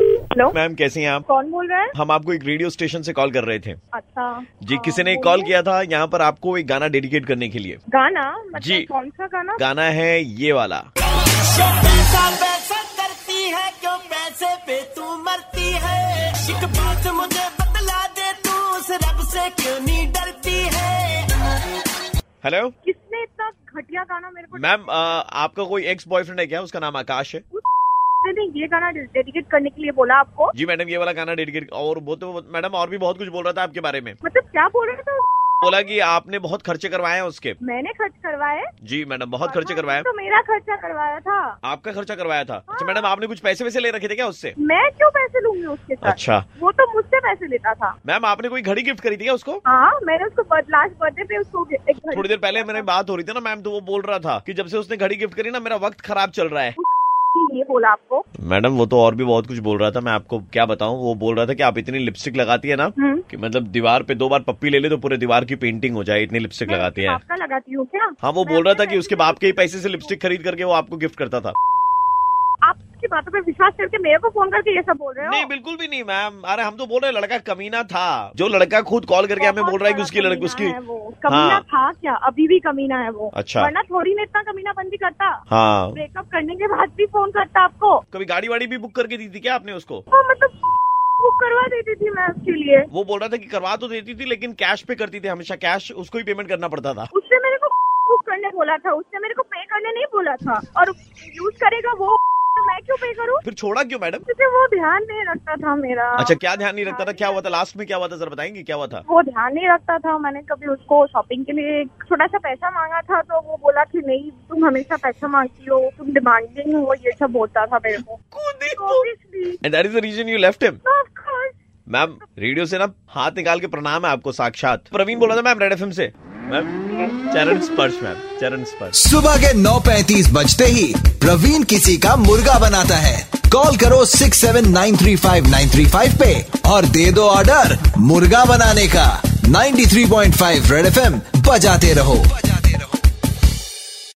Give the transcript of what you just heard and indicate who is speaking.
Speaker 1: Ma'am कैसी हैं आप
Speaker 2: कौन बोल रहा है
Speaker 1: हम आपको एक रेडियो स्टेशन से कॉल कर रहे थे
Speaker 2: अच्छा
Speaker 1: जी
Speaker 2: हाँ,
Speaker 1: किसी ने
Speaker 2: बोलिए।
Speaker 1: कॉल किया था यहाँ पर आपको एक गाना डेडिकेट करने के लिए
Speaker 2: गाना मतलब
Speaker 1: जी।
Speaker 2: कौन सा गाना
Speaker 1: गाना है ये वाला
Speaker 3: पैसा पैसा करती है क्यों पैसे पे तू मरती है एक बात मुझे बतला दे तू उस रब से क्यों नहीं डरती है
Speaker 1: हेलो
Speaker 2: किसने इतना घटिया गाना मेरे को
Speaker 1: मैम अ, आपका कोई एक्स बॉयफ्रेंड है क्या उसका नाम आकाश है
Speaker 2: किसने ने ये गाना डेडिकेट करने के लिए बोला आपको
Speaker 1: जी मैडम ये वाला गाना डेडिकेट और वो तो मैडम और भी बहुत कुछ बोल रहा था आपके बारे में
Speaker 2: मतलब क्या बोल रहे थे उस-
Speaker 1: बोला कि आपने बहुत खर्चे करवाए हैं उसके
Speaker 2: मैंने खर्च करवाए
Speaker 1: जी मैडम बहुत खर्चे करवाए
Speaker 2: तो मेरा खर्चा करवाया था
Speaker 1: आपका खर्चा करवाया था अच्छा मैडम आपने कुछ पैसे वैसे ले रखे थे क्या उससे
Speaker 2: मैं क्यों पैसे लूंगी उसके साथ
Speaker 1: अच्छा।
Speaker 2: वो तो मुझसे पैसे लेता था
Speaker 1: मैम आपने कोई घड़ी गिफ्ट करी थी क्या उसको
Speaker 2: हाँ मैंने उसको लास्ट बर्थडे पे उसको एक घड़ी- तो
Speaker 1: थोड़ी देर पहले मेरे बात हो रही थी ना मैम तो वो बोल रहा था कि जब से उसने घड़ी गिफ्ट करी ना मेरा वक्त खराब चल रहा है
Speaker 2: ये बोला आपको
Speaker 1: मैडम वो तो और भी बहुत कुछ बोल रहा था मैं आपको क्या बताऊं वो बोल रहा था कि आप इतनी लिपस्टिक लगाती है ना
Speaker 2: हम्म।
Speaker 1: कि मतलब दीवार पे दो बार पप्पी ले ले तो पूरे दीवार की पेंटिंग हो जाए इतनी लिपस्टिक लगाती है
Speaker 2: आपका लगाती हूँ क्या
Speaker 1: हाँ वो
Speaker 2: मैं
Speaker 1: बोल रहा था
Speaker 2: अपने
Speaker 1: कि उसके
Speaker 2: पैसे
Speaker 1: बाप के ही
Speaker 2: लेती हूँ।
Speaker 1: पैसे से लिपस्टिक खरीद करके वो आपको गिफ्ट करता था
Speaker 2: आपकी बातों पे विश्वास करके मेरे को फोन करके ये सब बोल रहे हो
Speaker 1: नहीं बिल्कुल भी नहीं मैम अरे हम तो बोल रहे हैं, लड़का कमीना था जो लड़का खुद कॉल करके हमें
Speaker 2: बहुत
Speaker 1: बोल रहा है कि
Speaker 2: बड़ा
Speaker 1: उसकी लड़की
Speaker 2: कमीना
Speaker 1: उसकी
Speaker 2: है वो कमीना तो-
Speaker 1: हाँ।
Speaker 2: था क्या अभी भी कमीना है वो
Speaker 1: अच्छा।
Speaker 2: वरना थोड़ी ने इतना कमीना बंदी करता
Speaker 1: हाँ
Speaker 2: ब्रेकअप करने के बाद भी फोन करता आपको
Speaker 1: कभी गाड़ी वाड़ी भी बुक करके दी थी क्या आपने उसको
Speaker 2: वो मतलब बुक करवा देती थी मैं उसके लिए
Speaker 1: वो बोल रहा था कि करवा तो देती थी लेकिन कैश पे करती थी हमेशा कैश उसको ही पेमेंट करना पड़ता था
Speaker 2: उसने मेरे को बुक करने बोला था उसने मेरे को पे करने नहीं बोला था और यूज करेगा वो मैं क्यों पे करूँ
Speaker 1: फिर छोड़ा क्यों मैडम
Speaker 2: क्योंकि वो ध्यान नहीं रखता था मेरा
Speaker 1: अच्छा क्या ध्यान नहीं रखता था क्या हुआ था लास्ट में क्या हुआ था जरा बताएंगे क्या हुआ था
Speaker 2: वो ध्यान नहीं रखता था मैंने कभी उसको शॉपिंग के लिए एक छोटा सा पैसा मांगा था तो वो बोला कि नहीं तुम हमेशा पैसा मांगती हो तुम डिमांडिंग हो ये सब बोलता था मेरे को तो Obviously, तो
Speaker 1: and that is the reason you left him
Speaker 2: of course.
Speaker 1: Ma'am radio से ना हाथ निकाल के प्रणाम है आपको साक्षात प्रवीण बोला था मैम रेड एफएम से मैम चरण स्पर्श मैम चरण स्पर्श
Speaker 4: सुबह के 9:35 बजते ही प्रवीण किसी का मुर्गा बनाता है कॉल करो 6793593 पे और दे दो ऑर्डर मुर्गा बनाने का 93.5 रेड एफएम बजाते रहो